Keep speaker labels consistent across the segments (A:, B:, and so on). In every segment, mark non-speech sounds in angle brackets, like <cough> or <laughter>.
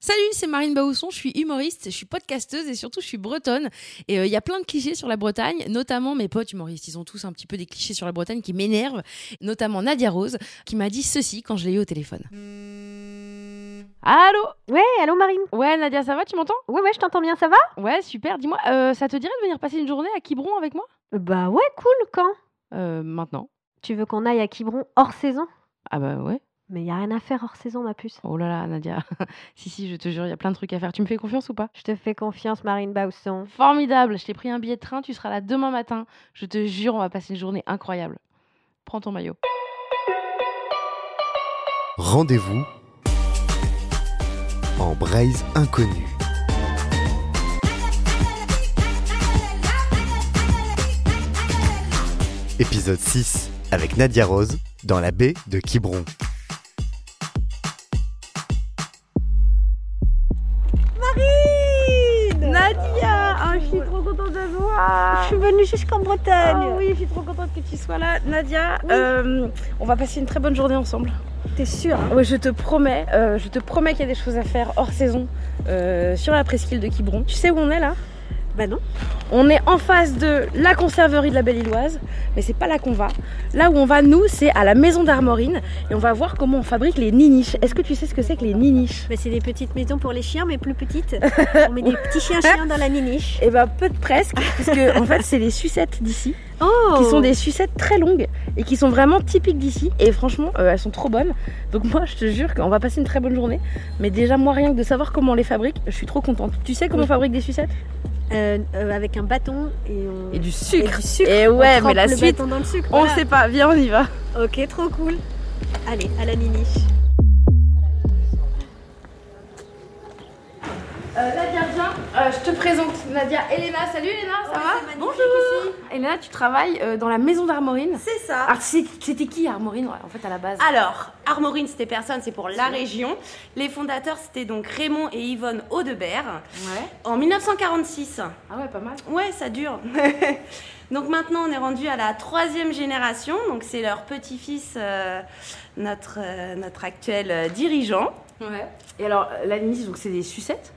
A: Salut, c'est Marine Baousson, je suis humoriste, je suis podcasteuse et surtout je suis bretonne. Et euh, il y a plein de clichés sur la Bretagne, notamment mes potes humoristes, ils ont tous un petit peu des clichés sur la Bretagne qui m'énervent, notamment Nadia Rose, qui m'a dit ceci quand je l'ai eu au téléphone. Allô
B: Ouais, allô Marine
A: Ouais Nadia, ça va, tu m'entends
B: Ouais, ouais, je t'entends bien, ça va
A: Ouais, super, dis-moi, euh, ça te dirait de venir passer une journée à Quiberon avec moi
B: Euh, Bah ouais, cool, quand
A: Euh, maintenant.
B: Tu veux qu'on aille à Quiberon hors saison
A: Ah bah ouais.
B: Mais y a rien à faire hors saison, ma puce.
A: Oh là là, Nadia. <laughs> si, si, je te jure, il y a plein de trucs à faire. Tu me fais confiance ou pas
B: Je te fais confiance, Marine Bausson.
A: Formidable, je t'ai pris un billet de train, tu seras là demain matin. Je te jure, on va passer une journée incroyable. Prends ton maillot.
C: Rendez-vous en Braise inconnue. Épisode 6 avec Nadia Rose dans la baie de Quiberon.
D: Nadia
B: Ah, je suis trop contente de voir
D: Je suis venue jusqu'en Bretagne
B: oui, je suis trop contente que
D: Tu sois là, Nadia.
B: Oui.
D: euh, on va passer une très bonne journée ensemble.
B: T'es sûre
D: Oui, je te promets, euh, je te promets qu'il y a des choses à faire hors saison euh, sur la presqu'île de Quiberon. Tu sais où on est là
B: Bah non.
D: On est en face de la conserverie de la Belle-Îloise, mais c'est pas là qu'on va. Là où on va, nous, c'est à la maison d'Armorine et on va voir comment on fabrique les niniches. Est-ce que tu sais ce que c'est que les niniches
B: Bah c'est des petites maisons pour les chiens, mais plus <laughs> petites. On met des petits chiens-chiens dans la niniche.
D: Eh ben, peu de <laughs> presque, parce que en fait, c'est les sucettes d'ici.
B: Oh
D: qui sont des sucettes très longues et qui sont vraiment typiques d'ici. Et franchement, euh, elles sont trop bonnes. Donc moi, je te jure qu'on va passer une très bonne journée. Mais déjà, moi, rien que de savoir comment on les fabrique, je suis trop contente. Tu sais comment on
B: Oui.
D: fabrique des sucettes
B: Euh, euh, avec un bâton et on...
D: Et du
B: et
D: sucre.
B: du sucre.
D: Et
B: On
D: ouais, mais
B: trempe
D: la
B: le
D: suite,
B: bâton dans le sucre,
D: on
B: voilà.
D: sait pas. Viens, on y va.
B: Ok, trop cool. Allez, à la niniche.
D: Euh,
A: Nadia, viens, je te présente Nadia Elena. Salut Elena, ça va Bonjour Elena, tu travailles euh, dans la maison d'Armorine.
E: C'est ça.
A: Ah, c'est- c'était qui Armorine en fait à la base
E: Alors, Armorine, c'était personne, c'est pour la région. Les fondateurs, c'était donc Raymond et Yvonne Audebert.
A: Ouais.
E: En 1946.
A: Ah ouais, pas mal.
E: Ouais, ça dure. <laughs> donc maintenant, on est rendu à la troisième génération. Donc c'est leur petit-fils, euh, notre, euh, notre actuel euh, dirigeant.
A: Ouais. Et alors la niche, donc c'est des sucettes.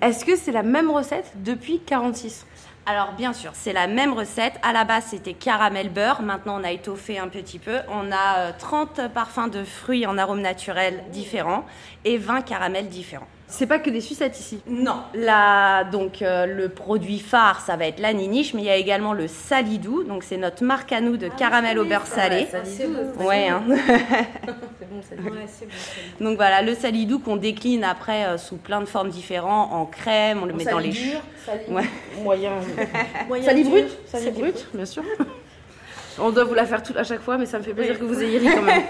A: Est-ce que c'est la même recette depuis 46
E: Alors bien sûr, c'est la même recette. À la base, c'était caramel beurre. Maintenant, on a étoffé un petit peu. On a euh, 30 parfums de fruits en arômes naturels différents et 20 caramels différents.
A: C'est pas que des sucettes ici.
E: Non, là, donc euh, le produit phare, ça va être la niniche, mais il y a également le salidou, donc c'est notre marque à nous de caramel au beurre salé. Ouais, hein. <laughs>
A: C'est bon, ça
E: donc voilà, le salidou qu'on décline après euh, sous plein de formes différentes, en crème, on le met dans les choux. Ouais.
A: <laughs> moyen.
B: Moyen
A: Salut
B: dur.
A: brut Salut brut, bien sûr. On doit vous la faire toute à chaque fois, mais ça me fait plaisir que vous ayez ri quand même.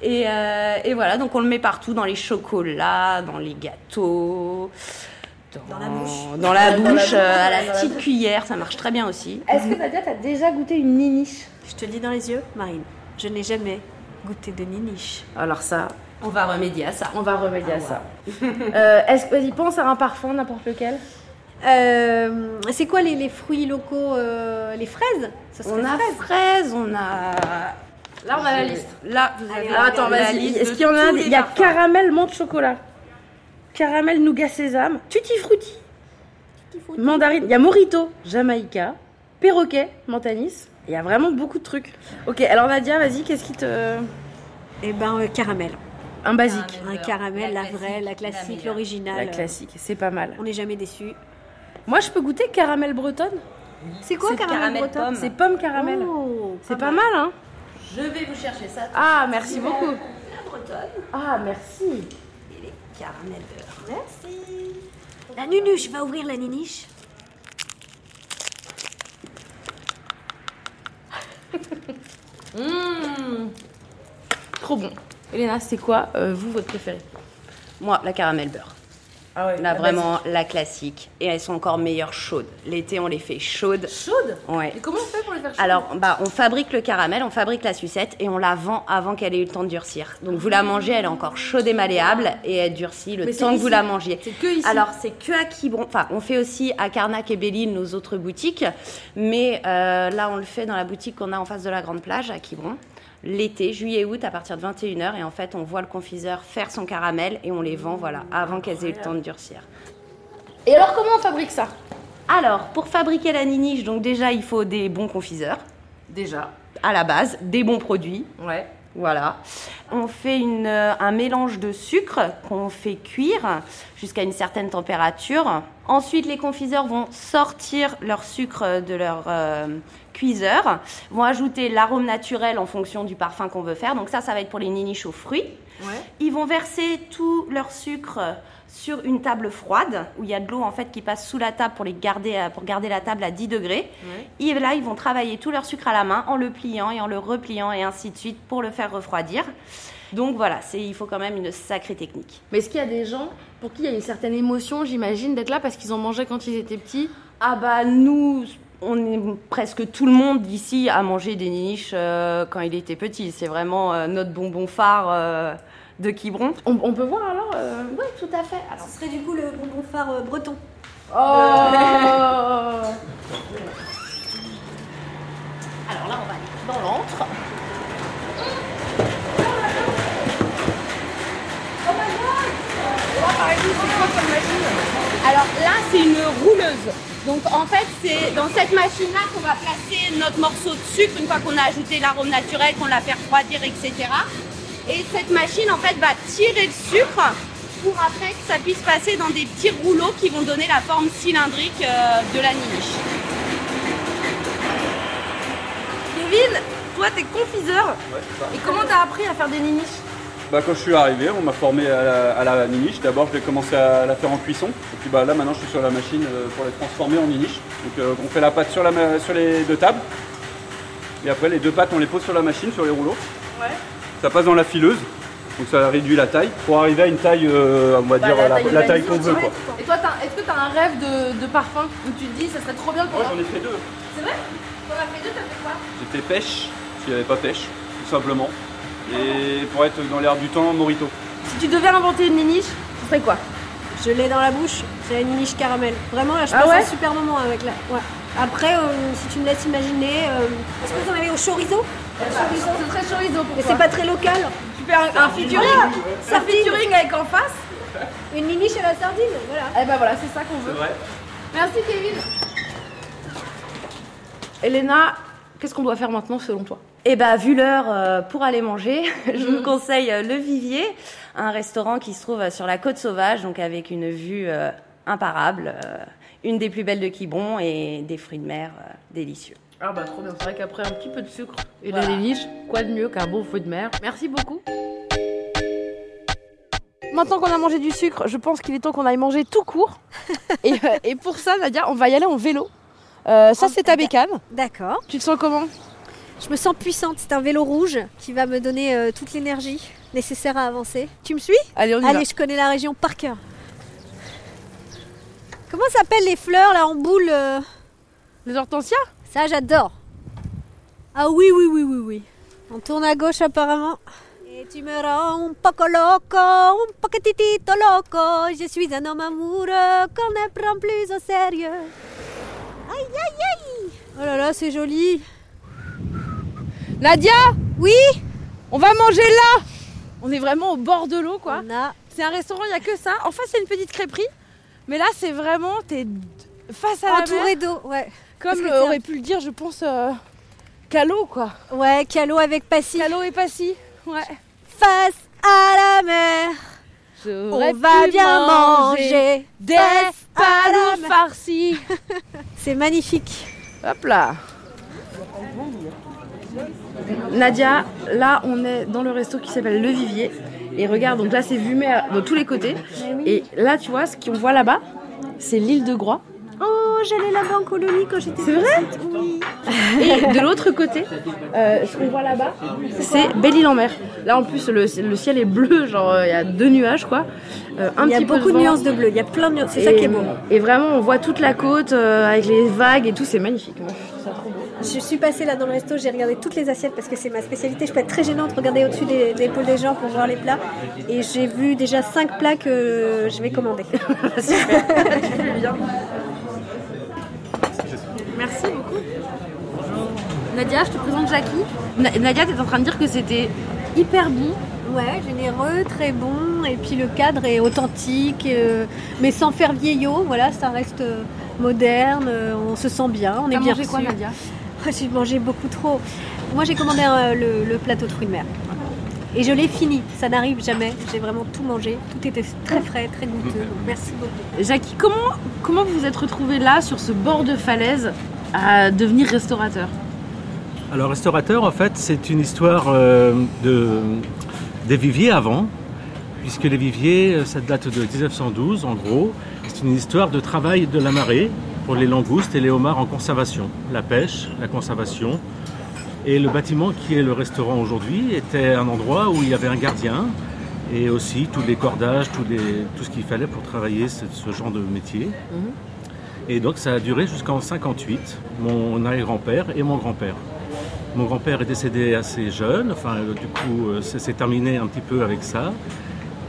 E: Et, euh, et voilà, donc on le met partout, dans les chocolats, dans les gâteaux. Dans, la bouche. Dans la bouche, euh, à la petite cuillère, ça marche très bien aussi.
A: Est-ce que Nadia, t'as déjà goûté une niniche
B: Je te le dis dans les yeux, Marine, je n'ai jamais goûté de niniche.
A: Alors ça,
E: On va remédier à ça.
A: on va remédier à ça. Euh, est-ce que vas-y pense à un parfum n'importe lequel
B: Euh, c'est quoi les, les fruits locaux euh, Les fraises Ce serait
E: On a
B: fraises.
E: fraise, on a
A: Là on a la liste.
E: Là, vous avez
B: Allez,
E: la
A: Ah, attends,
E: liste
A: vas-y.
E: de
A: Est-ce qu'il y en a un
E: tous
A: des-
E: les
A: Il y a
E: parfums.
A: caramel menthe chocolat, caramel nougat sésame, tutti frutti, mandarine. Il y a morito, Jamaïca, perroquet, mantanis. Il y a vraiment beaucoup de trucs. Ok, alors Nadia, vas-y, qu'est-ce qui te
B: Eh ben, euh, caramel.
A: un basique.
E: Caramel.
B: Un
E: Beurre.
B: caramel, la, vraie, la
E: La classique, la
B: classique,
E: meilleure.
A: La
B: l'originale.
A: classique, c'est pas mal.
B: On n'est jamais déçus.
A: Moi, je peux goûter caramel bretonne.
B: C'est quoi
E: C'est
B: caramel,
E: caramel
B: breton
E: pomme.
A: C'est pomme caramel.
B: Oh,
A: c'est pas mal, hein
E: Je vais vous chercher ça.
A: Ah, merci beaucoup.
E: La bretonne
A: Ah, merci.
E: et les caramels beurre. Merci.
B: La nunuche va ouvrir la niniche.
A: Trop bon. Elena, c'est quoi, euh, vous, votre préféré
E: Moi, la caramel beurre.
A: Ah ouais,
E: Là, vraiment, la classique. Et elles sont encore meilleures chaudes. L'été, on les fait chaudes.
A: Chaude
E: Ouais.
A: Mais comment on fait pour les faire chaudes
E: Alors, bah, on fabrique le caramel, on fabrique la sucette et on la vend avant qu'elle ait eu le temps de durcir. Donc, vous la mangez, elle est encore chaude et malléable et elle durcit le
A: Mais c'est
E: temps que
A: ici.
E: vous la mangiez.
A: C'est que ici.
E: Alors, c'est que à Quiberon. Enfin, on fait aussi à Carnac et Belle-Île nos autres boutiques. Mais euh, là, on le fait dans la boutique qu'on a en face de la Grande Plage, à Quiberon. l'été, juillet-août, à partir de 21h. Et en fait, on voit le confiseur faire son caramel et on les vend, voilà, avant qu'elles aient eu le temps de durcir.
F: Et alors, comment on fabrique ça
E: Alors, pour fabriquer la niniche, donc déjà, il faut des bons confiseurs,
F: Déjà,
E: à la base, des bons produits,
F: ouais.
E: Voilà. On fait une, euh, un mélange de sucre qu'on fait cuire jusqu'à une certaine température. Ensuite, les confiseurs vont sortir leur sucre de leur euh, cuiseur, vont ajouter l'arôme naturel en fonction du parfum qu'on veut faire. Donc ça, ça va être pour les niniches aux fruits.
F: Ouais.
E: Ils vont verser tout leur sucre sur une table froide où il y a de l'eau en fait qui passe sous la table pour les garder à- pour garder la table à 10 degrés. Et là, ils vont travailler tout leur sucre à la main en le pliant et en le repliant et ainsi de suite pour le faire refroidir. Donc voilà, c'est il faut quand même une sacrée technique.
A: Mais est-ce qu'il y a des gens pour qui il y a une certaine émotion, j'imagine, d'être là parce qu'ils ont mangé quand ils étaient petits
E: Ah bah nous on est presque tout le monde ici à manger des niches euh, quand il était petit. C'est vraiment euh, notre bonbon phare euh, de Quiberon.
A: on, on peut voir alors euh,
E: Oui, tout à fait. Alors,
B: Ce serait du coup le bonbon phare euh, breton.
A: <laughs> Oh
E: alors là, on va aller dans l'antre.
G: Alors là, c'est une rouleuse. Donc en fait, c'est dans cette machine-là qu'on va placer notre morceau de sucre une fois qu'on a ajouté l'arôme naturel, qu'on l'a fait refroidir, etc. Et cette machine, en fait, va tirer le sucre pour après que ça puisse passer dans des petits rouleaux qui vont donner la forme cylindrique euh, de la niche.
E: Kevin, toi t'es confiseur. Et comment t'as appris à faire des niniches
H: Bah, quand je suis arrivé, on m'a formé à la, à la niniche. D'abord, je l'ai commencé à la faire en cuisson. Et puis bah, là, maintenant, je suis sur la machine euh, pour les transformer en niniche. Donc, euh, on fait la pâte sur, la ma- sur les deux tables. Et après, les deux pâtes, on les pose sur la machine, sur les rouleaux. Ça passe dans la fileuse. Donc, ça réduit la taille pour arriver à une taille, euh, on
A: Bah,
H: va dire, la, la taille qu'on veut. Quoi.
A: Et toi, t'as- est-ce que t'as un rêve de, de parfum où tu te dis ça serait trop bien pour
H: Moi, j'en ai fait deux. C'est vrai J'en as fait deux, t'as fait quoi J'ai fait pêche, parce qu'il n'y avait pas pêche, tout simplement. Et pour être dans l'air du temps, Morito.
A: Si tu devais inventer une niche, ce serait quoi
B: Je l'ai dans la bouche, c'est une niche caramel. Vraiment, là, je
A: Ah
B: passe
A: ouais
B: un super moment avec la. Ouais. Après, euh, si tu me laisses imaginer, euh, est-ce que vous en avez au chorizo
A: Ce serait chorizo pour
B: Mais c'est pas très local.
A: Tu fais un, un featuring Un
B: Sardine.
A: featuring avec en face
B: Une niche à la sardine, voilà.
A: Eh ben voilà, c'est ça qu'on veut.
H: vrai
A: Merci Kevin Elena, qu'est-ce qu'on doit faire maintenant selon toi
E: Eh ben, vu l'heure euh, pour aller manger, <laughs> je vous conseille euh, Le Vivier, un restaurant qui se trouve euh, sur la côte sauvage, donc avec une vue euh, imparable, euh, une des plus belles de Quiberon et des fruits de mer euh, délicieux.
A: Ah bah trop bien, c'est vrai qu'après un petit peu de sucre et de la niche, quoi de mieux qu'un bon feu de mer Merci beaucoup Maintenant qu'on a mangé du sucre, je pense qu'il est temps qu'on aille manger tout <laughs> court. et, euh, et pour ça, Nadia, on va y aller en vélo. Euh, ça, c'est ta bécane.
B: D'accord.
A: Tu te sens comment
B: Je me sens puissante. C'est un vélo rouge qui va me donner euh, toute l'énergie nécessaire à avancer. Tu me suis
A: Allez, on y va.
B: Allez, je connais la région par cœur. Comment s'appellent les fleurs là en boule euh
A: Les hortensias
B: Ça, j'adore. Ah oui, oui, oui, oui, oui. On tourne à gauche apparemment. Et tu me rends un poco loco, un poquitito loco. Je suis un homme amoureux qu'on ne prend plus au sérieux. Aïe, aïe, aïe. Oh là là, c'est joli.
A: Nadia,
B: Oui
A: on va manger là On est vraiment au bord de l'eau, quoi.
B: On a
A: C'est un restaurant, il n'y a que ça. En face, c'est une petite crêperie. Mais là, c'est vraiment, t'es d- face à la mer.
B: entouré d'eau, ouais. parce
A: Comme
B: que
A: euh,
B: t'es-
A: aurait pu le dire, je pense, euh, Calo, quoi.
B: Ouais, calot avec passif.
A: Calo et Passy. Ouais.
B: Face à la mer, on va bien manger.
A: des
B: face à la
A: palous
B: mer.
A: farcis.
B: C'est magnifique.
A: Hop là Nadia, là on est dans le resto qui s'appelle Le Vivier. Et regarde, donc là c'est vu mer de tous les côtés.
B: Eh
A: Et là tu vois, ce qu'on voit là-bas, c'est l'île de Groix.
B: Oh, j'allais là-bas en colonie quand j'étais C'est vrai Oui.
A: Et de l'autre côté, euh, ce qu'on voit là-bas, c'est Belle-Île-en-Mer. Là en plus le, le ciel est bleu, genre euh, il y a deux nuages quoi. Euh, un
B: Il y a
A: petit peu
B: beaucoup de
A: vent.
B: nuances de bleu, il y a plein de nuances, c'est ça
A: Et-
B: qui est beau.
A: Et vraiment on voit toute la côte euh, avec les vagues et tout, c'est magnifique. Moi, je trouve ça trop beau.
B: Je suis passée là dans le resto, j'ai regardé toutes les assiettes parce que c'est ma spécialité. Je peux être très gênante, regarder au-dessus des, des épaules des gens pour voir les plats. Et j'ai vu déjà 5 plats que je vais commander.
A: Merci beaucoup. Nadia, je te présente Jackie. Na- Nadia, t'es en train de dire que c'était hyper bon.
B: Ouais, généreux, très bon, et puis le cadre est authentique, euh, mais sans faire vieillot, voilà, ça reste euh, moderne, euh, on se sent bien, on est
A: T'as
B: bien
A: mangé quoi,
B: reçu.
A: Nadia
B: Ah, <laughs> J'ai mangé beaucoup trop. Moi, j'ai commandé euh, le, le plateau de fruits de mer. Et je l'ai fini, ça n'arrive jamais, j'ai vraiment tout mangé, tout était très frais, très goûteux, donc merci beaucoup.
A: Jackie, comment, comment vous vous êtes retrouvée là, sur ce bord de falaise, à devenir restaurateur
I: Alors, restaurateur, en fait, c'est une histoire euh, de, des viviers avant, puisque les viviers, euh, ça date de 1912, en gros. C'est une histoire de travail de la marée pour les langoustes et les homards en conservation. La pêche, la conservation. Et le bâtiment qui est le restaurant aujourd'hui était un endroit où il y avait un gardien et aussi tous les cordages, tous les- tout ce qu'il fallait pour travailler ce, ce genre de métier. Et donc ça a duré jusqu'en 58, mon arrière-grand-père et mon grand-père. Mon grand-père est décédé assez jeune, enfin euh, du coup euh, ça s'est terminé un petit peu avec ça.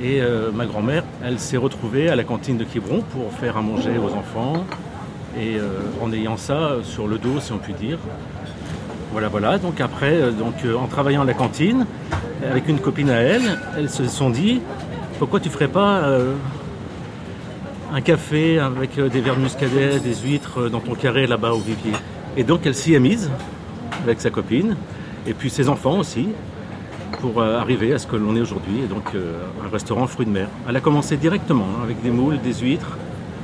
I: Et euh, ma grand-mère, elle s'est retrouvée à la cantine de Quiberon pour faire à manger aux enfants. Et euh, en ayant ça euh, sur le dos, si on peut dire. Voilà, voilà. Donc après, euh, donc, euh, en travaillant à la cantine, avec une copine à elle, elles se sont dit, pourquoi tu ferais pas euh, un café avec euh, des verres muscadets, des huîtres euh, dans ton carré là-bas au vivier. Et donc elle s'y est mise avec sa copine et puis ses enfants aussi pour euh, arriver à ce que l'on est aujourd'hui, et donc euh, un restaurant fruits de mer. Elle a commencé directement hein, avec des moules, des huîtres,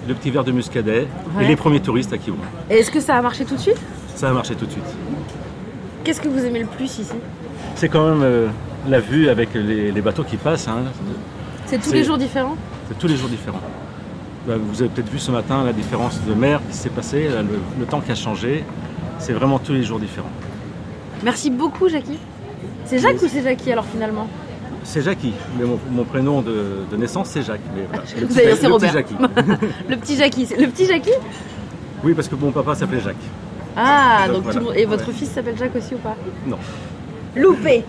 I: le petit verre de muscadet et les premiers touristes à Kibon.
A: Et est-ce que ça a marché tout de suite
I: Ça a marché tout de suite.
A: Qu'est-ce que vous aimez le plus ici
I: C'est quand même euh, la vue avec les, les bateaux qui passent, hein.
A: C'est tous
I: C'est-
A: les jours différents
I: c'est tous les jours différents. Bah, Vous avez peut-être vu ce matin la différence de mer qui s'est passée, là, le, le temps qui a changé. C'est vraiment tous les jours différents.
A: Merci beaucoup, Jackie. C'est Jacques ou c'est Jackie alors finalement
I: C'est Jackie, mais mon, mon prénom de, de naissance c'est Jacques. mais voilà,
A: Vous
I: le petit-
A: avez dit c'est
I: le petit
A: Robert.
I: Jackie.
A: Le petit Jackie. c'est- Le petit Jackie
I: Oui, parce que mon papa s'appelait Jacques.
A: Ah,
I: Donc
A: donc,
I: voilà.
A: tout le monde- Et votre
I: Ouais.
A: fils s'appelle Jacques aussi ou pas
I: Non.
A: Loupé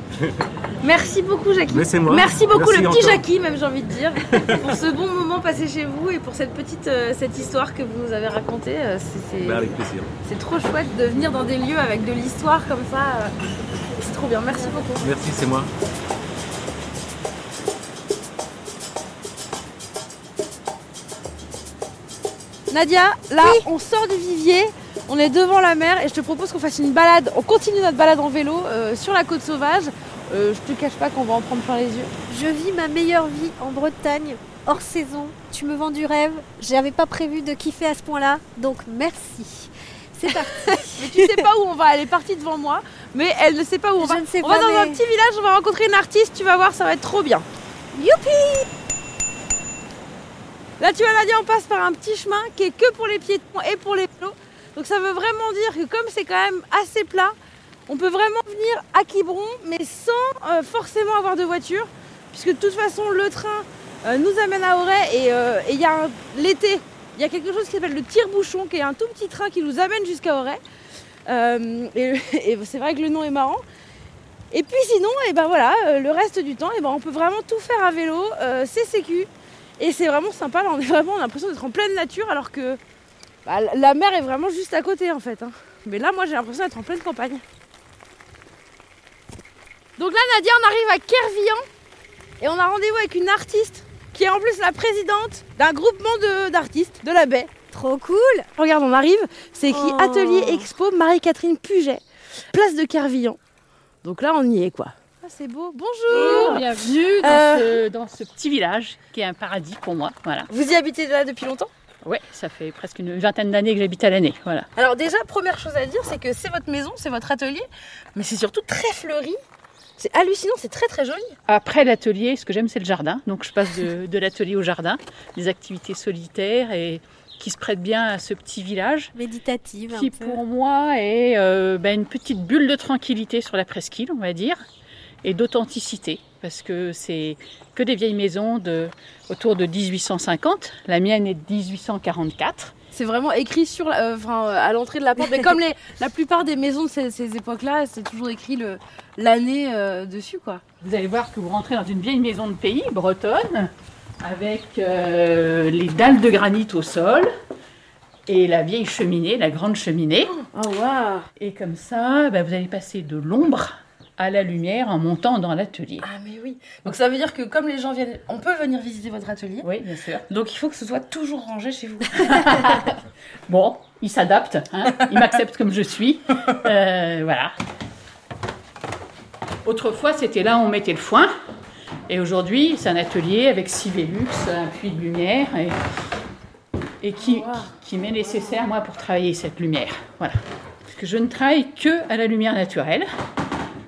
A: Merci beaucoup, Jackie.
I: Mais c'est moi.
A: Merci beaucoup,
I: Merci
A: le petit
I: encore.
A: Jackie, même j'ai envie de dire, <laughs> pour ce bon moment passé chez vous et pour cette petite euh, cette histoire que vous nous avez racontée. euh, c'est- c'est-
I: Bah, avec plaisir.
A: C'est trop chouette de venir dans des lieux avec de l'histoire comme ça. euh, C'est trop bien, merci beaucoup.
I: Merci, c'est moi.
A: Nadia, là, on sort du vivier, on est devant la mer et je te propose qu'on fasse une balade. On continue notre balade en vélo euh, sur la côte sauvage. Euh, je te cache pas qu'on va en prendre plein les yeux.
B: Je vis ma meilleure vie en Bretagne, hors saison, tu me vends du rêve, j'avais pas prévu de kiffer à ce point-là, donc merci. C'est parti.
A: Mais tu sais pas où on va, elle est partie devant moi, mais elle ne sait pas où on
B: Je
A: va.
B: ne sais
A: on
B: pas,
A: va dans un
B: mais-
A: petit village, on va rencontrer une artiste, tu vas voir, ça va être trop bien. Youpi Là tu vois Nadia, on passe par un petit chemin qui est que pour les piétons et pour les vélos. Donc ça veut vraiment dire que comme c'est quand même assez plat, on peut vraiment venir à Quiberon, mais sans euh, forcément avoir de voiture, puisque de toute façon le train euh, nous amène à Auray et euh, et il y a un- l'été, il y a quelque chose qui s'appelle le tire-bouchon, qui est un tout petit train qui nous amène jusqu'à Auray. Euh, et <laughs> et c'est vrai que le nom est marrant. Et puis sinon, et ben voilà, euh, le reste du temps, et ben on peut vraiment tout faire à vélo, euh, c'est sécu. Et c'est vraiment sympa, là on est vraiment on a l'impression d'être en pleine nature alors que bah, la mer est vraiment juste à côté en fait. hein. Mais là moi j'ai l'impression d'être en pleine campagne. Donc là Nadia on arrive à Kervian et on a rendez-vous avec une artiste qui est en plus la présidente d'un groupement de- d'artistes de, la baie.
B: Trop cool
A: Regarde on arrive, c'est écrit
B: Oh.
A: Atelier Expo Marie-Catherine Puget, place de Kervian. Donc là on y est quoi. Ah, c'est beau. Bonjour
J: Bienvenue dans,
A: Ah. Euh.
J: ce, dans ce petit village qui est un paradis pour moi. Voilà.
A: Vous y habitez là depuis longtemps
J: Ouais, ça fait presque une vingtaine d'années que j'habite à l'année. Voilà.
A: Alors déjà, première chose à dire, c'est que c'est votre maison, c'est votre atelier, mais c'est surtout très fleuri. C'est hallucinant, c'est très très joli.
J: Après l'atelier, ce que j'aime, c'est le jardin. Donc je passe de, de l'atelier au jardin, des activités solitaires et qui se prêtent bien à ce petit village
B: Méditative un
J: qui
B: peu.
J: pour moi est euh, ben, une petite bulle de tranquillité sur la presqu'île, on va dire, et d'authenticité, parce que c'est que des vieilles maisons de, autour de 1850. La mienne est de 1844.
A: C'est vraiment écrit sur, la- euh, enfin, euh, à l'entrée de la porte. Mais comme <laughs> les, la plupart des maisons de ces, ces époques-là, c'est toujours écrit le- l'année euh, dessus, quoi.
J: Vous allez voir que vous rentrez dans une vieille maison de pays bretonne avec euh, les dalles de granit au sol, et la vieille cheminée, la grande cheminée.
A: Oh waouh
J: Et comme ça, bah, vous allez passer de l'ombre à la lumière en montant dans l'atelier.
A: Ah mais oui. Donc ça veut dire que comme les gens viennent, on peut venir visiter votre atelier.
J: Oui, bien sûr.
A: Donc il faut que ce soit toujours rangé chez vous.
J: Bon, il s'adapte, hein, il m'accepte comme je suis. Euh, voilà. Autrefois, c'était là où on mettait le foin. Et aujourd'hui, c'est un atelier avec six Vélux, un puits de lumière et, et qui, qui m'est nécessaire, moi, pour travailler cette lumière. Voilà. Parce que je ne travaille que à la lumière naturelle.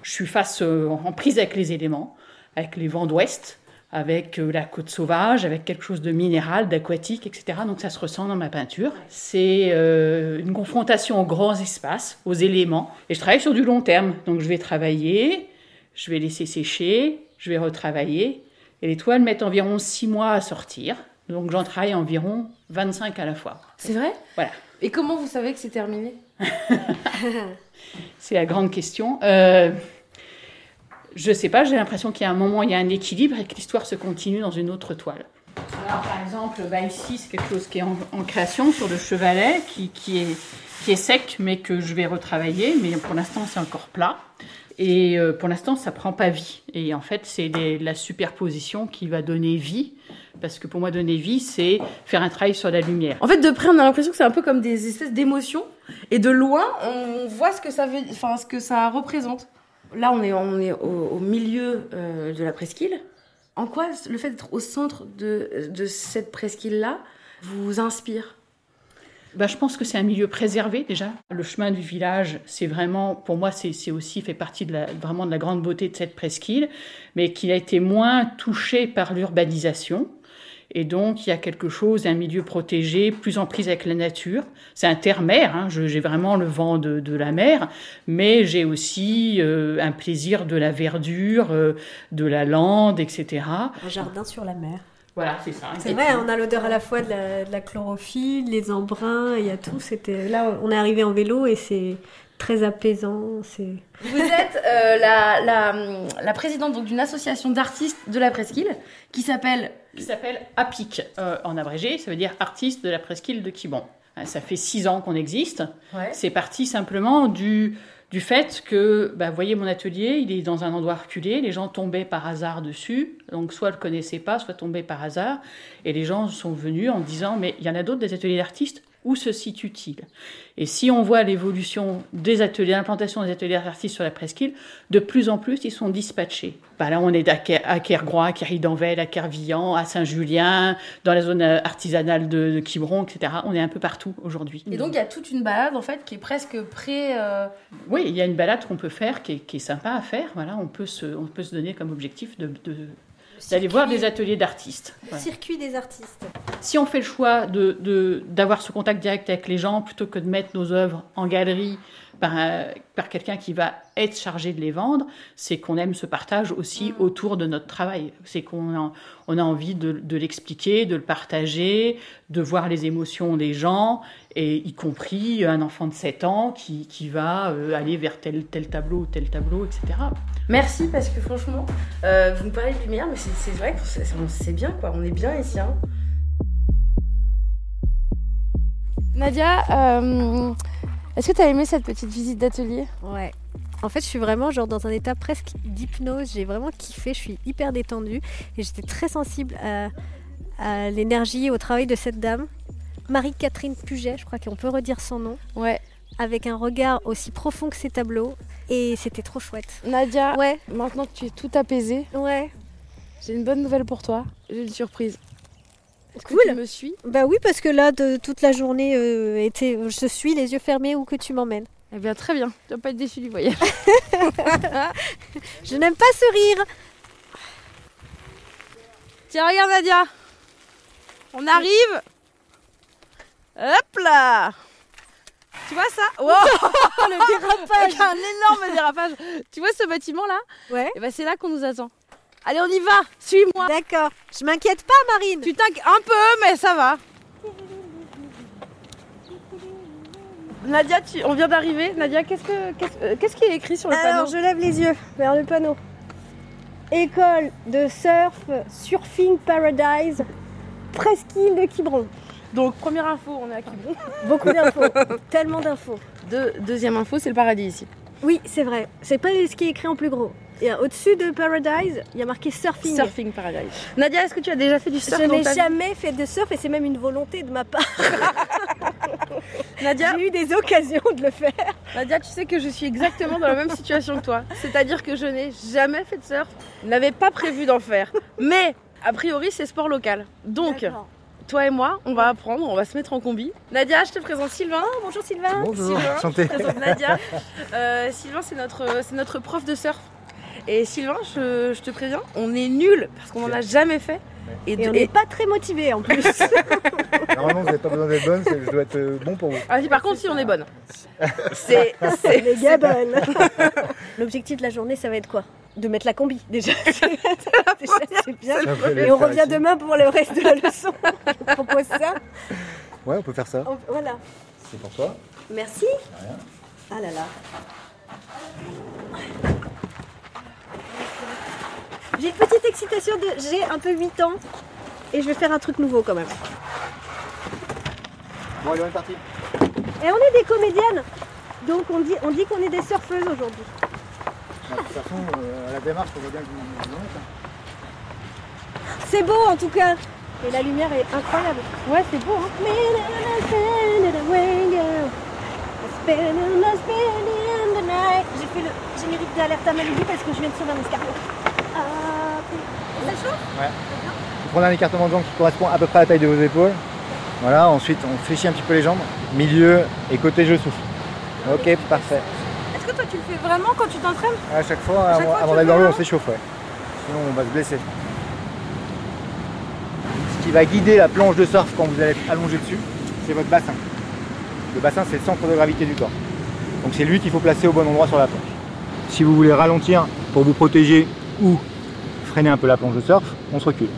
J: Je suis face euh, en prise avec les éléments, avec les vents d'ouest, avec euh, la côte sauvage, avec quelque chose de minéral, d'aquatique, etc. Donc ça se ressent dans ma peinture. C'est euh, une confrontation aux grands espaces, aux éléments. Et je travaille sur du long terme. Donc je vais travailler, je vais laisser sécher, je vais retravailler. Et les toiles mettent environ 6 mois à sortir. Donc j'en travaille environ 25 à la fois.
A: C'est vrai
J: Voilà.
A: Et comment vous savez que c'est terminé
J: C'est la grande question. Euh, je sais pas, j'ai l'impression qu'il y a un moment, il y a un équilibre et que l'histoire se continue dans une autre toile. Alors, par exemple, bah, ici, c'est quelque chose qui est en, en création sur le chevalet, qui, qui est, qui est sec, mais que je vais retravailler. Mais pour l'instant, c'est encore plat. Et euh, pour l'instant, ça prend pas vie. Et en fait, c'est des- la superposition qui va donner vie. Parce que pour moi, donner vie, c'est faire un travail sur la lumière.
A: En fait, de près, on a l'impression que c'est un peu comme des espèces d'émotions, et de loin, on voit ce que ça veut, enfin ce que ça représente. Là, on est, on est au, au milieu euh, de la presqu'île. En quoi le fait d'être au centre de, de cette presqu'île-là vous inspire
J: Bah, je pense que c'est un milieu préservé déjà. Le chemin du village, c'est vraiment, pour moi, c'est c'est aussi fait partie de la, vraiment de la grande beauté de cette presqu'île, mais qui a été moins touché par l'urbanisation. Et donc, il y a quelque chose, un milieu protégé, plus en prise avec la nature. C'est un terre-mer, hein. Je- j'ai vraiment le vent de, de la mer, mais j'ai aussi euh, un plaisir de la verdure, euh, de la lande, etc.
B: Un jardin sur la mer.
J: Voilà, c'est ça.
B: C'est vrai, hein. on a l'odeur à la fois de la, de la chlorophylle, les embruns, il y a tout. C'était là, on est arrivé en vélo et c'est très apaisant. C'est
A: Vous êtes euh, la, la, la présidente donc, d'une association d'artistes de la presqu'île qui s'appelle
J: qui s'appelle APIC. Euh, en abrégé, ça veut dire Artiste de la Presqu'île de Quiberon. Hein, Ça fait six ans qu'on existe. C'est parti simplement du, du fait que, bah, vous voyez, mon atelier, il est dans un endroit reculé, les gens tombaient par hasard dessus, donc soit ne le connaissaient pas, soit tombaient par hasard, et les gens sont venus en disant, mais il y en a d'autres des ateliers d'artistes, où se situe-t-il Et si on voit l'évolution des ateliers, l'implantation des ateliers d'artistes sur la presqu'île, de plus en plus, ils sont dispatchés. Bah là, on est à Ker- à Kergrois, à Kerry-Danvel, à Kervillan, à Saint-Julien, dans la zone euh, artisanale de, de Quiberon, etc. On est un peu partout aujourd'hui.
A: et donc il y a toute une balade en fait qui est presque pré euh,
J: Oui, il y a une balade qu'on peut faire qui est, qui est sympa à faire. Voilà, on peut se, on peut se donner comme objectif de- de- d'aller voir des ateliers d'artistes. Voilà.
B: circuit des artistes.
J: Si on fait le choix de- de- d'avoir ce contact direct avec les gens plutôt que de mettre nos œuvres en galerie par, un- par quelqu'un qui va être chargé de les vendre, c'est qu'on aime ce partage aussi
B: Mm.
J: autour de notre travail. C'est qu'on a, on a envie de, de l'expliquer, de le partager, de voir les émotions des gens, et y compris un enfant de 7 ans qui, qui va euh, aller vers tel, tel tableau, tel tableau, etc.
A: Merci parce que franchement, euh, vous me parlez de lumière, mais c'est c'est vrai que c'est- on- c'est bien quoi, on est bien ici. hein.
D: Nadia, euh, est-ce que tu as aimé cette petite visite d'atelier
B: Ouais. En fait, je suis vraiment genre dans un état presque d'hypnose. J'ai vraiment kiffé. Je suis hyper détendue et j'étais très sensible à, à l'énergie et au travail de cette dame, Marie-Catherine Puget. Je crois qu'on peut redire son nom.
D: Ouais.
B: Avec un regard aussi profond que ses tableaux et c'était trop chouette.
D: Nadia,
B: Ouais,
D: maintenant que tu es tout apaisée,
B: ouais.
D: j'ai une bonne nouvelle pour toi. J'ai une surprise. Est-ce que
B: Cool.
D: tu me suis
B: Bah oui, parce que là, de- toute la journée, euh, était, je suis les yeux fermés où que tu m'emmènes.
D: Eh bien, très bien. Tu vas pas être déçue du voyage.
B: Je n'aime pas ce rire.
A: Tiens, regarde Nadia On arrive Hop là Tu vois ça Wow
B: <laughs> Le dérapage.
A: Avec un énorme dérapage Tu vois ce bâtiment là
B: Ouais.
A: Et ben c'est là qu'on nous attend. Allez, on y va Suis-moi
B: D'accord. Je m'inquiète pas, Marine.
A: Tu t'inquiètes un peu, mais ça va Nadia, tu- on vient d'arriver. Nadia, qu'est-ce que- qu'est-ce euh, qu'est-ce qu'il y a écrit sur le
B: Alors,
A: panneau
B: je lève les yeux vers le panneau. École de surf, Surfing Paradise, Presqu'île de Quiberon.
A: Donc, première info, on est à Quiberon.
D: Beaucoup
A: <laughs>
D: d'infos, tellement d'infos.
A: Deux- deuxième info, c'est le paradis ici.
B: Oui, c'est vrai. C'est pas ce qui est écrit en plus gros. Et euh, au-dessus de Paradise, il y a marqué surfing.
A: Surfing paradise. Nadia, est-ce que tu as déjà fait du surf
B: Je
A: dans
B: n'ai
A: ta vie
B: jamais fait de surf et c'est même une volonté de ma part.
A: Nadia,
B: J'ai eu des occasions de le faire.
A: Nadia, tu sais que je suis exactement dans la même situation que toi. C'est-à-dire que je n'ai jamais fait de surf, n'avais pas prévu d'en faire. Mais, a priori, c'est sport local. Donc,
B: D'accord.
A: toi et moi, on va apprendre, on va se mettre en combi. Nadia, je te présente Sylvain.
B: Oh, bonjour Sylvain.
A: Bonjour, Je te présente Nadia. Euh, Sylvain, c'est notre, c'est notre prof de surf. Et Sylvain, je, je te préviens, on est nuls parce qu'on n'en a jamais fait.
B: Et
A: de-
B: on n'est pas très motivé en plus. <laughs>
K: Normalement, vous n'avez pas besoin d'être bonne, c'est- je dois être euh, bon pour vous.
A: Ah, si, par contre, si on est bonne. C'est,
B: <laughs>
A: c'est-
B: Les gabones. L'objectif de la journée, ça va être quoi De mettre la combi <laughs> déjà. Déjà, c'est bien.
K: Ça, vous allez
B: Et
K: le
B: on
K: faire
B: revient
K: ici.
B: demain pour le reste de la <laughs> leçon. Je propose ça.
K: Ouais, on peut faire ça.
B: On- Voilà.
K: C'est pour toi.
B: Merci. Ah là là. J'ai une petite excitation de j'ai un peu 8 ans et je vais faire un truc nouveau quand même.
K: Bon, allez, on est parti.
B: Et on est des comédiennes. Donc on dit on dit qu'on est des surfeuses aujourd'hui.
K: Ah, De toute façon, euh, à la démarche, on voit bien que vous vous en êtes, hein.
B: C'est beau en tout cas. Et la lumière est incroyable. Ouais, c'est beau. Hein. J'ai fait le générique d'alerte à Malibu parce que je viens de sauver un escargot. Ah, ça chauffe
K: Vous prenez un écartement de jambes qui correspond à peu près à la taille de vos épaules. Voilà, ensuite, on fléchit un petit peu les jambes. Milieu et côté, je souffle. Ok, parfait.
B: Est-ce que toi tu le fais vraiment quand tu t'entraînes
K: À chaque fois,
B: chaque
K: avant,
B: fois, tu
K: avant
B: le
K: d'aller dans
B: fais,
K: l'eau,
B: hein
K: on s'échauffe, ouais. Sinon, on va se blesser. Ce qui va guider la planche de surf quand vous allez être allongé dessus, c'est votre bassin. Le bassin, c'est le centre de gravité du corps. Donc, c'est lui qu'il faut placer au bon endroit sur la planche. Si vous voulez ralentir pour vous protéger ou freiner un peu la planche de surf, on se recule.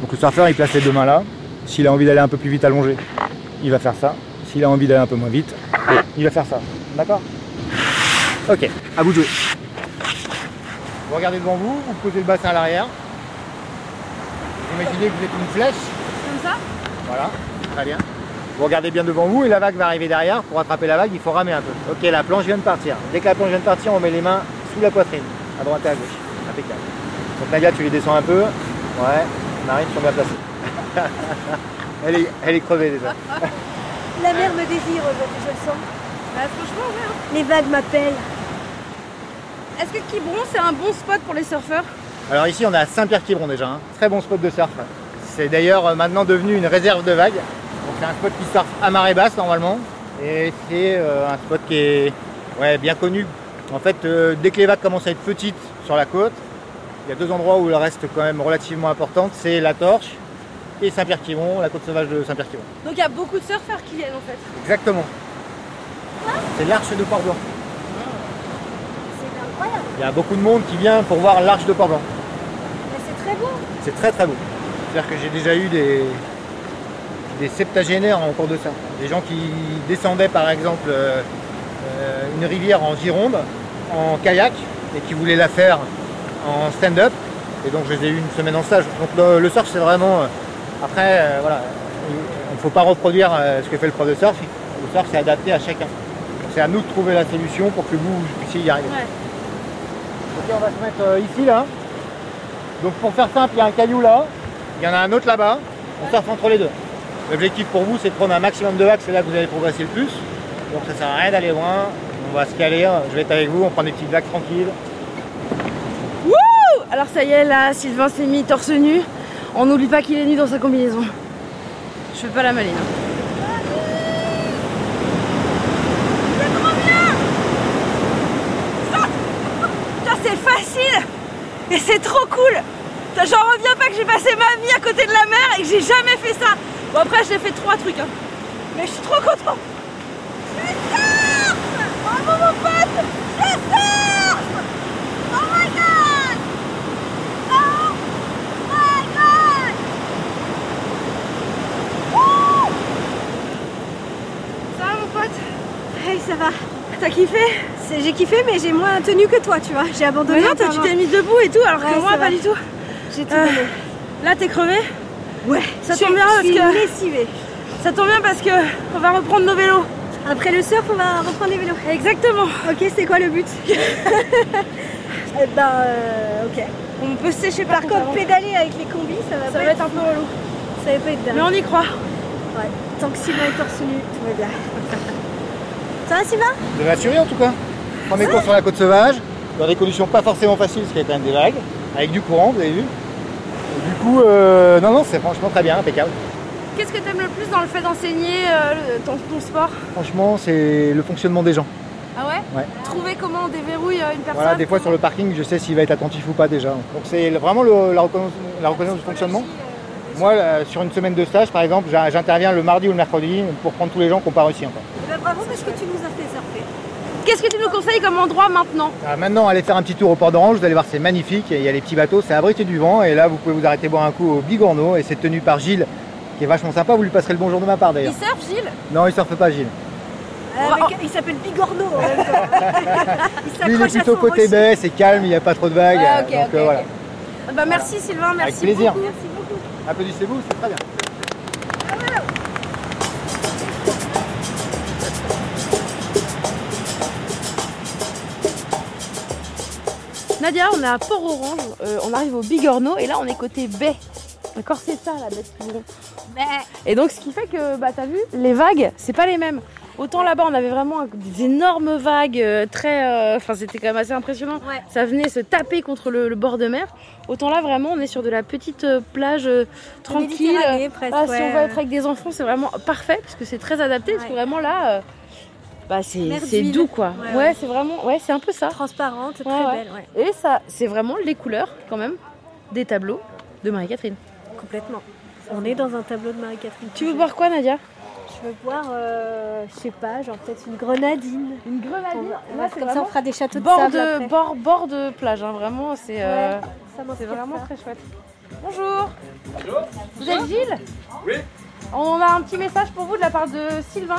K: Donc, le surfeur, il place les deux mains là. S'il a envie d'aller un peu plus vite allongé, il va faire ça. S'il a envie d'aller un peu moins vite, il va faire ça. D'accord Ok, à vous de jouer. Vous regardez devant vous, vous posez le bassin à l'arrière. Vous imaginez que vous êtes une flèche. Comme ça Voilà, très bien. Vous regardez bien devant vous et la vague va arriver derrière. Pour attraper la vague, il faut ramer un peu. Ok, la planche vient de partir. Dès que la planche vient de partir, on met les mains sous la poitrine, à droite et à gauche. Impeccable. Donc Nadia, tu les descends un peu. Ouais, Marine, tu bien placée. <laughs> elle, est, elle est crevée déjà.
B: La mer me désire aujourd'hui, je le sens.
A: Bah,
B: Les vagues m'appellent.
A: Est-ce que Quiberon, c'est un bon spot pour les surfeurs
K: Alors ici on est à Saint-Pierre-Quiberon déjà, hein. très bon spot de surf. C'est d'ailleurs euh, maintenant devenu une réserve de vagues. Donc c'est un spot qui surfe à marée basse normalement. Et c'est euh, un spot qui est ouais, bien connu. En fait, euh, dès que les vagues commencent à être petites sur la côte, il y a deux endroits où elle reste quand même relativement importante, c'est la Torche et Saint-Pierre-Quiberon, la côte sauvage de Saint-Pierre-Quiberon.
A: Donc, il y a beaucoup de surfeurs qui viennent en fait.
K: Exactement. C'est l'arche de Port-Blanc.
B: C'est incroyable,
K: Il y a beaucoup de monde qui vient pour voir l'arche de Port-Blanc.
B: mais c'est très beau.
K: C'est très très beau. C'est-à-dire que j'ai déjà eu des, des septagénaires en cours de ça. Des gens qui descendaient par exemple euh, euh, une rivière en Gironde, en kayak, et qui voulaient la faire en stand-up. Et donc je les ai eu une semaine en stage. Donc le, le surf c'est vraiment. euh, après, euh, voilà, il ne faut pas reproduire euh, ce que fait le prof de surf. Le surf c'est adapté à chacun. Donc, C'est à nous de trouver la solution pour que vous, vous puissiez y arriver. Ok, on va se mettre euh, ici là. Donc pour faire simple, il y a un caillou là, il y en a un autre là-bas, on surfe entre les deux. L'objectif pour vous, c'est de prendre un maximum de vagues, c'est là que vous allez progresser le plus. Donc ça sert à rien d'aller loin, on va se caler, je vais être avec vous, on prend des petites vagues tranquilles.
A: Alors ça y est, là, Sylvain s'est mis torse nu. On n'oublie pas qu'il est nu dans sa combinaison. Je fais pas la maline.
B: Putain, c'est facile et c'est trop cool. Putain, J'en reviens pas que j'ai passé ma vie à côté de la mer et que j'ai jamais fait ça. Bon après j'ai fait trois trucs, hein. mais je suis trop contente. Hey, ça va T'as kiffé J'ai kiffé, mais j'ai moins tenu que toi, tu vois. J'ai abandonné.
A: Mais non, toi,
B: un peu
A: tu
B: avant.
A: t'es mis debout et tout, alors
B: Ouais,
A: que moi,
B: ça va.
A: pas du tout.
B: J'ai tout
A: Euh,
B: donné.
A: Là, t'es crevé
B: Ouais,
A: ça tombe bien parce que-
B: lessivée.
A: Ça tombe bien parce que on va reprendre nos vélos.
B: Après le surf, on va reprendre les vélos.
A: Exactement.
B: Ok, c'est quoi le
A: <laughs>
B: but Eh ben, euh, ok.
A: On peut se sécher
B: Par
A: par,
B: contre,
A: avant.
B: pédaler avec les combis, ça va
A: Ça
B: pas
A: va être un peu relou.
B: Ça va pas être dingue.
A: Mais on y croit.
B: Ouais. Tant que Sylvain est torse nu, tout va
A: <laughs>
B: bien. ça va Sylvain
K: De l'assurer en tout cas. Prendre des cours sur la côte sauvage, dans des conditions pas forcément faciles, parce qu'il y a quand même des vagues, avec du courant, vous avez vu. Et du coup, euh, non, non, c'est franchement très bien, impeccable.
A: Qu'est-ce que t'aimes le plus dans le fait d'enseigner euh, ton, ton sport
K: Franchement, c'est le fonctionnement des gens.
A: Ah ouais,
K: Ouais.
A: Trouver comment on déverrouille euh, une personne.
K: Voilà, des fois sur le parking, je sais s'il va être attentif ou pas déjà. Donc c'est vraiment le- la, reconna- la reconnaissance du fonctionnement. Moi, là, sur une semaine de stage, par exemple, j'a- j'interviens le mardi ou le mercredi pour prendre tous les gens qui n'ont pas réussi encore.
B: Eh ben, bravo parce que tu nous as fait surfer.
A: Qu'est-ce que tu nous conseilles comme endroit maintenant
K: Alors Ah, maintenant, allez faire un petit tour au port d'Orange, vous allez voir, c'est magnifique. Et Il y a les petits bateaux, c'est abrité du vent. Et là, vous pouvez vous arrêter boire un coup au Bigorneau. Et c'est tenu par Gilles, qui est vachement sympa. Vous lui passerez le bonjour de ma part d'ailleurs.
A: Il surfe, Gilles
K: Non, il surfe pas, Gilles.
B: Avec- Euh, Il s'appelle Bigorneau en même
K: <laughs>
B: temps. il
K: Lui, il est
B: s'accroche à son
K: plutôt côté
B: rocher.
K: baie, c'est calme, il n'y a pas trop de vagues.
A: Ah,
K: euh,
A: ok,
K: donc
A: ok,
K: euh,
A: ok.
K: voilà.
A: Bah merci Sylvain, merci
K: plaisir.
A: beaucoup.
B: Merci beaucoup.
K: Applaudissez-vous, c'est très bien.
A: Nadia, on est à Port-Orange, euh, on arrive au Bigorneau et là on est côté baie. D'accord, c'est ça la baie de Pigeon. Et donc ce qui fait que, bah t'as vu, les vagues, c'est pas les mêmes. Autant là-bas on avait vraiment un- des énormes vagues, euh, très. euh, Enfin c'était quand même assez impressionnant.
B: Ouais.
A: Ça venait se taper contre le, le bord de mer. Autant là vraiment on est sur de la petite euh, plage euh, tranquille.
B: Méditerranée, presque,
A: Ah, si
B: ouais. euh,
A: on va être avec des enfants, c'est vraiment parfait parce que c'est très adapté. Parce que
B: Ouais.
A: vraiment là, euh, bah, c'est
B: Mer
A: c'est
B: d'huile.
A: doux quoi.
B: Ouais,
A: Ouais,
B: ouais.
A: c'est vraiment, ouais, c'est un peu ça.
B: Transparente, très
A: Ouais, ouais.
B: belle, ouais.
A: Et ça, c'est vraiment les couleurs quand même des tableaux de Marie-Catherine.
B: Complètement. On est dans un tableau de Marie-Catherine.
A: Tu veux boire quoi, Nadia
B: Je veux boire, euh, je sais pas, genre peut-être une grenadine.
A: Une grenadine.
B: On va- comme ça, on fera des châteaux de
A: bord
B: sable
A: de
B: après.
A: bord bord de plage. hein, vraiment, c'est euh,
B: Ouais, ça
A: c'est
B: m'inspire
A: vraiment
B: ça.
A: très chouette. Bonjour. Vous êtes Gilles Oui. On a un petit message pour vous de la part de Sylvain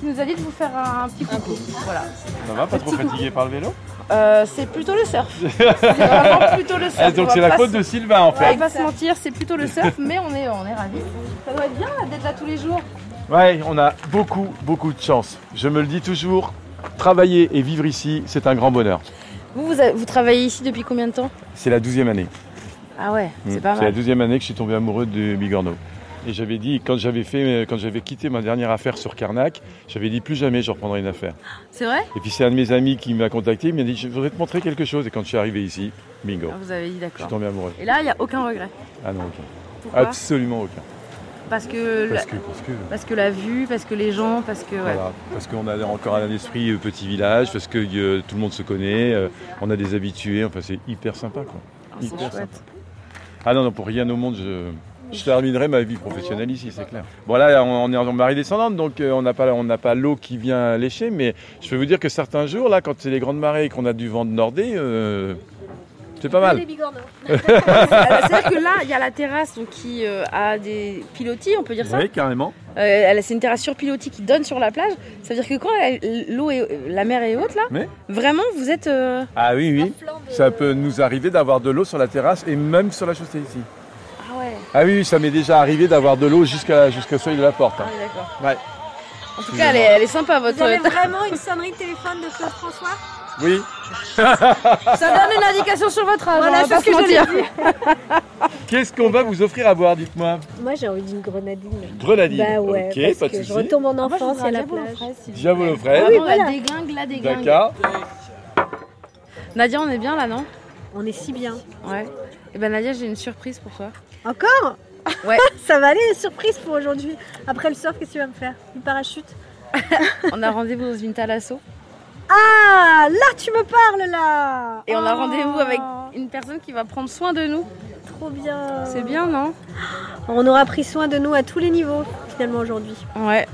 A: qui nous a dit de vous faire un petit coucou. Voilà.
L: Ça va, pas trop fatigué par le vélo
A: Euh, c'est plutôt
L: <laughs>
A: le surf. C'est vraiment plutôt le
H: Eh,
A: surf.
L: Eh, Donc
A: Ah, On
L: c'est
A: va
L: la
A: pas
L: faute
A: se-
L: de Sylvain en
A: On va
L: fait.
A: pas se mentir, c'est plutôt le surf, mais on est, on est ravis. Ça doit être bien là, d'être là tous les jours.
H: Ouais, on a beaucoup, beaucoup de chance. Je me le dis toujours, travailler et vivre ici, c'est un grand bonheur.
A: Vous, vous, avez- vous travaillez ici depuis combien de temps
H: C'est la douzième année.
A: Ah ouais,
H: Mm. la douzième année que je suis tombé amoureux de Bigorneau. Et j'avais dit, quand j'avais fait, quand j'avais quitté ma dernière affaire sur Carnac, j'avais dit plus jamais je reprendrai une affaire.
A: C'est vrai
H: Et puis c'est un de mes amis qui m'a contacté, il m'a dit, je voudrais te montrer quelque chose. Et quand je suis arrivé ici, bingo,
A: Vous avez dit
H: je suis
A: d'accord.
H: tombé amoureux.
A: Et là, il n'y a aucun regret.
H: Ah non, aucun.
A: Pourquoi
H: Absolument aucun.
A: parce que, la,
H: Parce que, parce que,
A: parce que la vue, parce que les gens, parce que. ouais.
H: Voilà, parce qu'on a encore un esprit euh, petit village, parce que euh, tout le monde se connaît, euh, on a des habitués, enfin c'est hyper sympa quoi.
A: Ah, c'est
H: Hyper
A: chouette.
H: sympa. Ah non, non, pour rien au monde, je, je terminerai ma vie professionnelle ici, c'est clair. Bon là, on on est en marée descendante, donc euh, on n'a pas, on n'a pas l'eau qui vient lécher, mais je peux vous dire que certains jours, là, quand c'est les grandes marées et qu'on a du vent de nordé, euh, c'est pas mal.
B: hein.
A: Ah, C'est-à-dire que là, il y a la terrasse donc, qui euh, a des pilotis, on peut dire ça.
H: Oui, carrément.
A: Euh, elle- c'est une terrasse sur pilotis qui donne sur la plage. Ça veut dire que quand elle- l'eau est, la mer est haute là,
H: Mais
A: vraiment vous êtes. euh,
H: Ah oui, oui. Ça peut nous arriver d'avoir de l'eau sur la terrasse et même sur la chaussée ici.
A: Ah ouais.
H: Ah oui, oui, ça m'est déjà arrivé d'avoir de l'eau jusqu'à jusqu'au seuil de la porte.
A: Ah
H: hein.
A: oui, d'accord.
H: Ouais.
A: En tout cas, elle est, elle est sympa votre.
B: Vous avez vraiment une sonnerie de téléphone de Claude François
H: Oui.
A: Ça donne une indication sur votre âge.
B: Voilà,
A: on va
B: c'est
A: pas
B: ce
A: se
B: que j'allais
A: mentir.
H: Qu'est-ce qu'on va vous offrir à boire, dites-moi
B: Moi j'ai envie d'une grenadine.
H: Grenadine.
B: Bah ouais,
H: ok, pas
B: parce
H: de
B: que Ah, je
H: souci.
B: retombe en
A: Moi, je
B: enfance
A: voudrais
B: et à la
A: un diabolo
B: plage.
A: frais, s'il vous plaît.
H: Diabolo frais.
A: Ah oui,
B: voilà.
A: la déglingue, la déglingue.
H: D'accord.
A: Nadia, on est bien là, non
B: On est si bien.
A: Ouais. Et ben Nadia, j'ai une surprise pour toi.
B: Encore
A: Ouais.
B: ça va aller, surprise pour aujourd'hui. Après le surf, qu'est-ce que tu vas me faire Une parachute
A: On a rendez-vous dans une thalasso
B: Ah, là tu me parles là
A: et on a
B: Oh,
A: rendez-vous avec une personne qui va prendre soin de nous.
B: Trop bien
A: C'est bien, non
B: On aura pris soin de nous à tous les niveaux finalement aujourd'hui.
A: Ouais.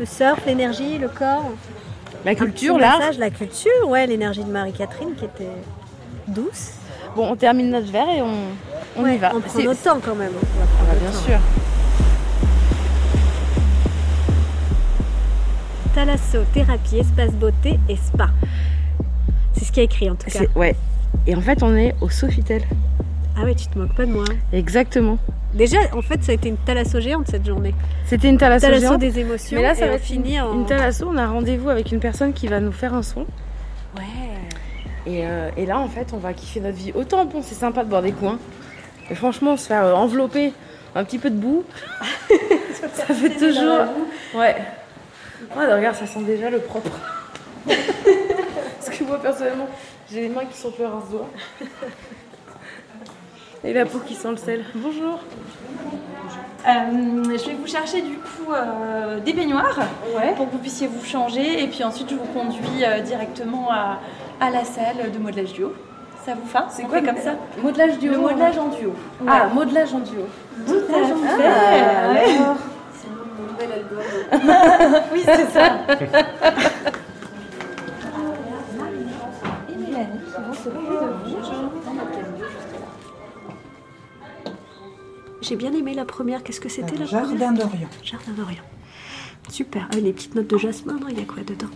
B: Le surf, l'énergie, le corps.
A: La
B: Un
A: culture,
B: petit
A: l'art.
B: massage, La culture, ouais, l'énergie de Marie-Catherine qui était douce.
A: Bon, on termine notre verre et on, on
B: Ouais,
A: y va.
B: On prend
A: Ah, C'est-
B: notre temps quand même. hein,
A: Ah bah, bien sûr.
B: Thalasso, thérapie, espace beauté et spa. C'est ce qu'il y a écrit en tout cas.
A: C'est- Ouais. Et en fait, on est au Sofitel.
B: Ah ouais, tu te moques pas de moi. hein.
A: Exactement.
B: Déjà, en fait, ça a été une thalasso géante cette journée.
A: C'était une thalasso
B: Thalasso
A: géante.
B: des émotions.
A: Mais là, ça
B: et
A: va
B: on
A: être
B: finit en...
A: Une thalasso, on a rendez-vous avec une personne qui va nous faire un son.
B: Ouais.
A: Et, euh, et là, en fait, on va kiffer notre vie. Autant, bon, c'est sympa de boire des coups. hein. Mais franchement, se faire euh, envelopper un petit peu de <laughs> boue, ça fait toujours. Ouais. Ouais, regarde, ça sent déjà le propre. <laughs> Parce que moi, personnellement, j'ai les mains qui sont plus rince doigt. Et la peau qui sent le sel. Bonjour.
E: Euh, je vais vous chercher du coup euh, des baignoires pour que vous puissiez vous changer et puis ensuite je vous conduis euh, directement à, à la salle de modelage duo. Ça vous va C'est quoi comme ça
A: Modelage duo.
E: Le modelage en duo.
A: Ah, modelage en duo.
E: Oui, c'est ça.
B: J'ai bien aimé la première. Qu'est-ce que c'était la première
M: Jardin d'Orient.
B: Jardin d'Orient. Super. Ah, les petites notes de jasmin, non Il y a quoi dedans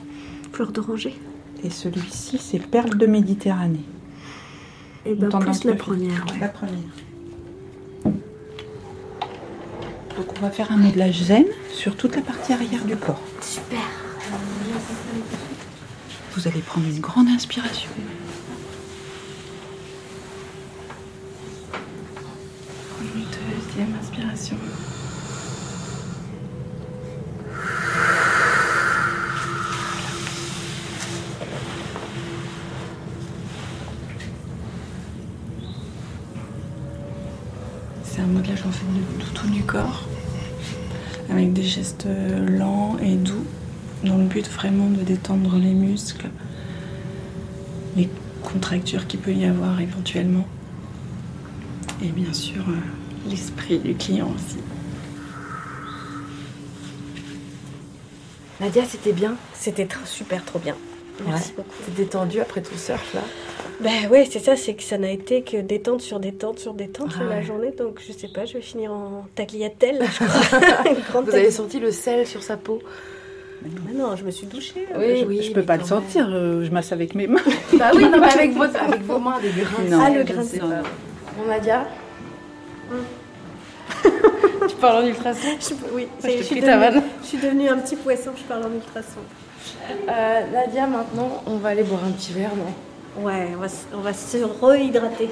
B: Fleur d'oranger
M: Et celui-ci, c'est Perles de Méditerranée.
B: Et ben
M: Tendance
B: plus la
M: profite.
B: première. ouais.
M: La première. Donc on va faire un modelage zen sur toute la partie arrière du corps.
B: Super.
M: Vous allez prendre une grande inspiration. Une deuxième inspiration. C'est un modelage en fait de tout, tout du corps, avec des gestes euh, lents et doux, dans le but vraiment de détendre les muscles, les contractures qu'il peut y avoir éventuellement, et bien sûr euh, l'esprit du client aussi.
A: Nadia, c'était bien.
E: C'était super trop bien.
A: Merci beaucoup. T'es détendue après ton surf là.
B: Ben ouais, c'est ça, c'est que ça n'a été que détente sur détente sur détente sur
M: Ah
B: la
M: ouais.
B: journée. Donc je sais pas, je vais finir en tagliatelle, je <laughs> crois. Une grande
A: Vous avez
B: tagliatelle.
A: senti le sel sur sa peau.
B: Ah non, je me suis douchée.
A: Oui,
M: je,
A: oui,
M: je peux
A: mais
M: pas le
A: quand
M: sentir, euh, je masse avec mes mains.
A: <laughs> Bah oui, non, mais avec, votre, avec vos mains, des grains. de
M: Non.
A: sel,
B: Ah, le
A: je
B: grain de
A: sais
B: sel.
A: pas. Bon, Nadia Tu parles en ultrason
B: Je, oui,
A: Je t'ai
B: je suis
A: pris ta
B: devenue-
A: vanne.
B: je suis devenue un petit poisson, je parle en ultrason.
A: Euh, Nadia, maintenant, on va aller boire un petit verre, non
B: Ouais, on va, se- on va se rehydrater.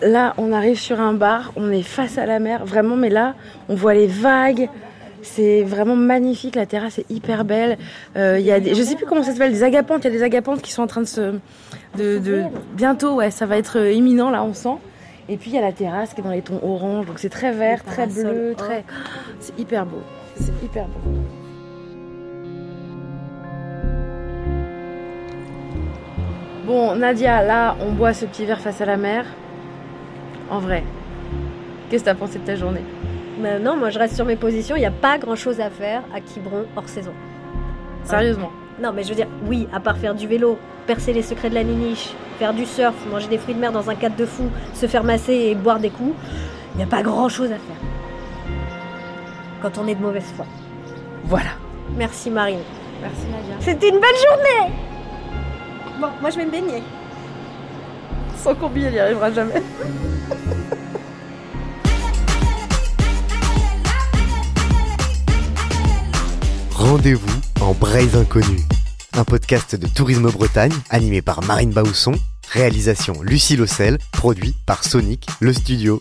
A: Là, on arrive sur un bar, on est face à la mer, vraiment, mais là, on voit les vagues. C'est vraiment magnifique, la terrasse est hyper belle. Euh, Il y a des, je sais plus comment ça s'appelle, des agapantes. Il y a des agapantes qui sont en train de se. De, de- bientôt, ouais, ça va être euh, imminent, là, on sent. Et puis, il y a la terrasse qui est dans les tons orange, donc c'est très vert,
B: Les
A: très
B: parasols
A: bleu,
B: or.
A: très. C'est hyper beau. C'est hyper beau. Bon, Nadia, là, on boit ce petit verre face à la mer. En vrai, qu'est-ce que t'as pensé de ta journée
B: Mais non, moi je reste sur mes positions, il n'y a pas grand chose à faire à Quiberon hors saison.
A: Ah. Sérieusement
B: Non, mais je veux dire, oui, à part faire du vélo, percer les secrets de la niche, faire du surf, manger des fruits de mer dans un cadre de fou, se faire masser et boire des coups, il n'y a pas grand chose à faire. Quand on est de mauvaise foi.
A: Voilà.
B: Merci Marine.
A: Merci Nadia.
B: C'était une belle journée Bon, moi je vais me baigner.
A: Sans combi, elle n'y arrivera jamais.
C: Rendez-vous en Braise Inconnue, un podcast de Tourisme Bretagne animé par Marine Baousson, réalisation Lucie Lossel, produit par Sonic, le studio.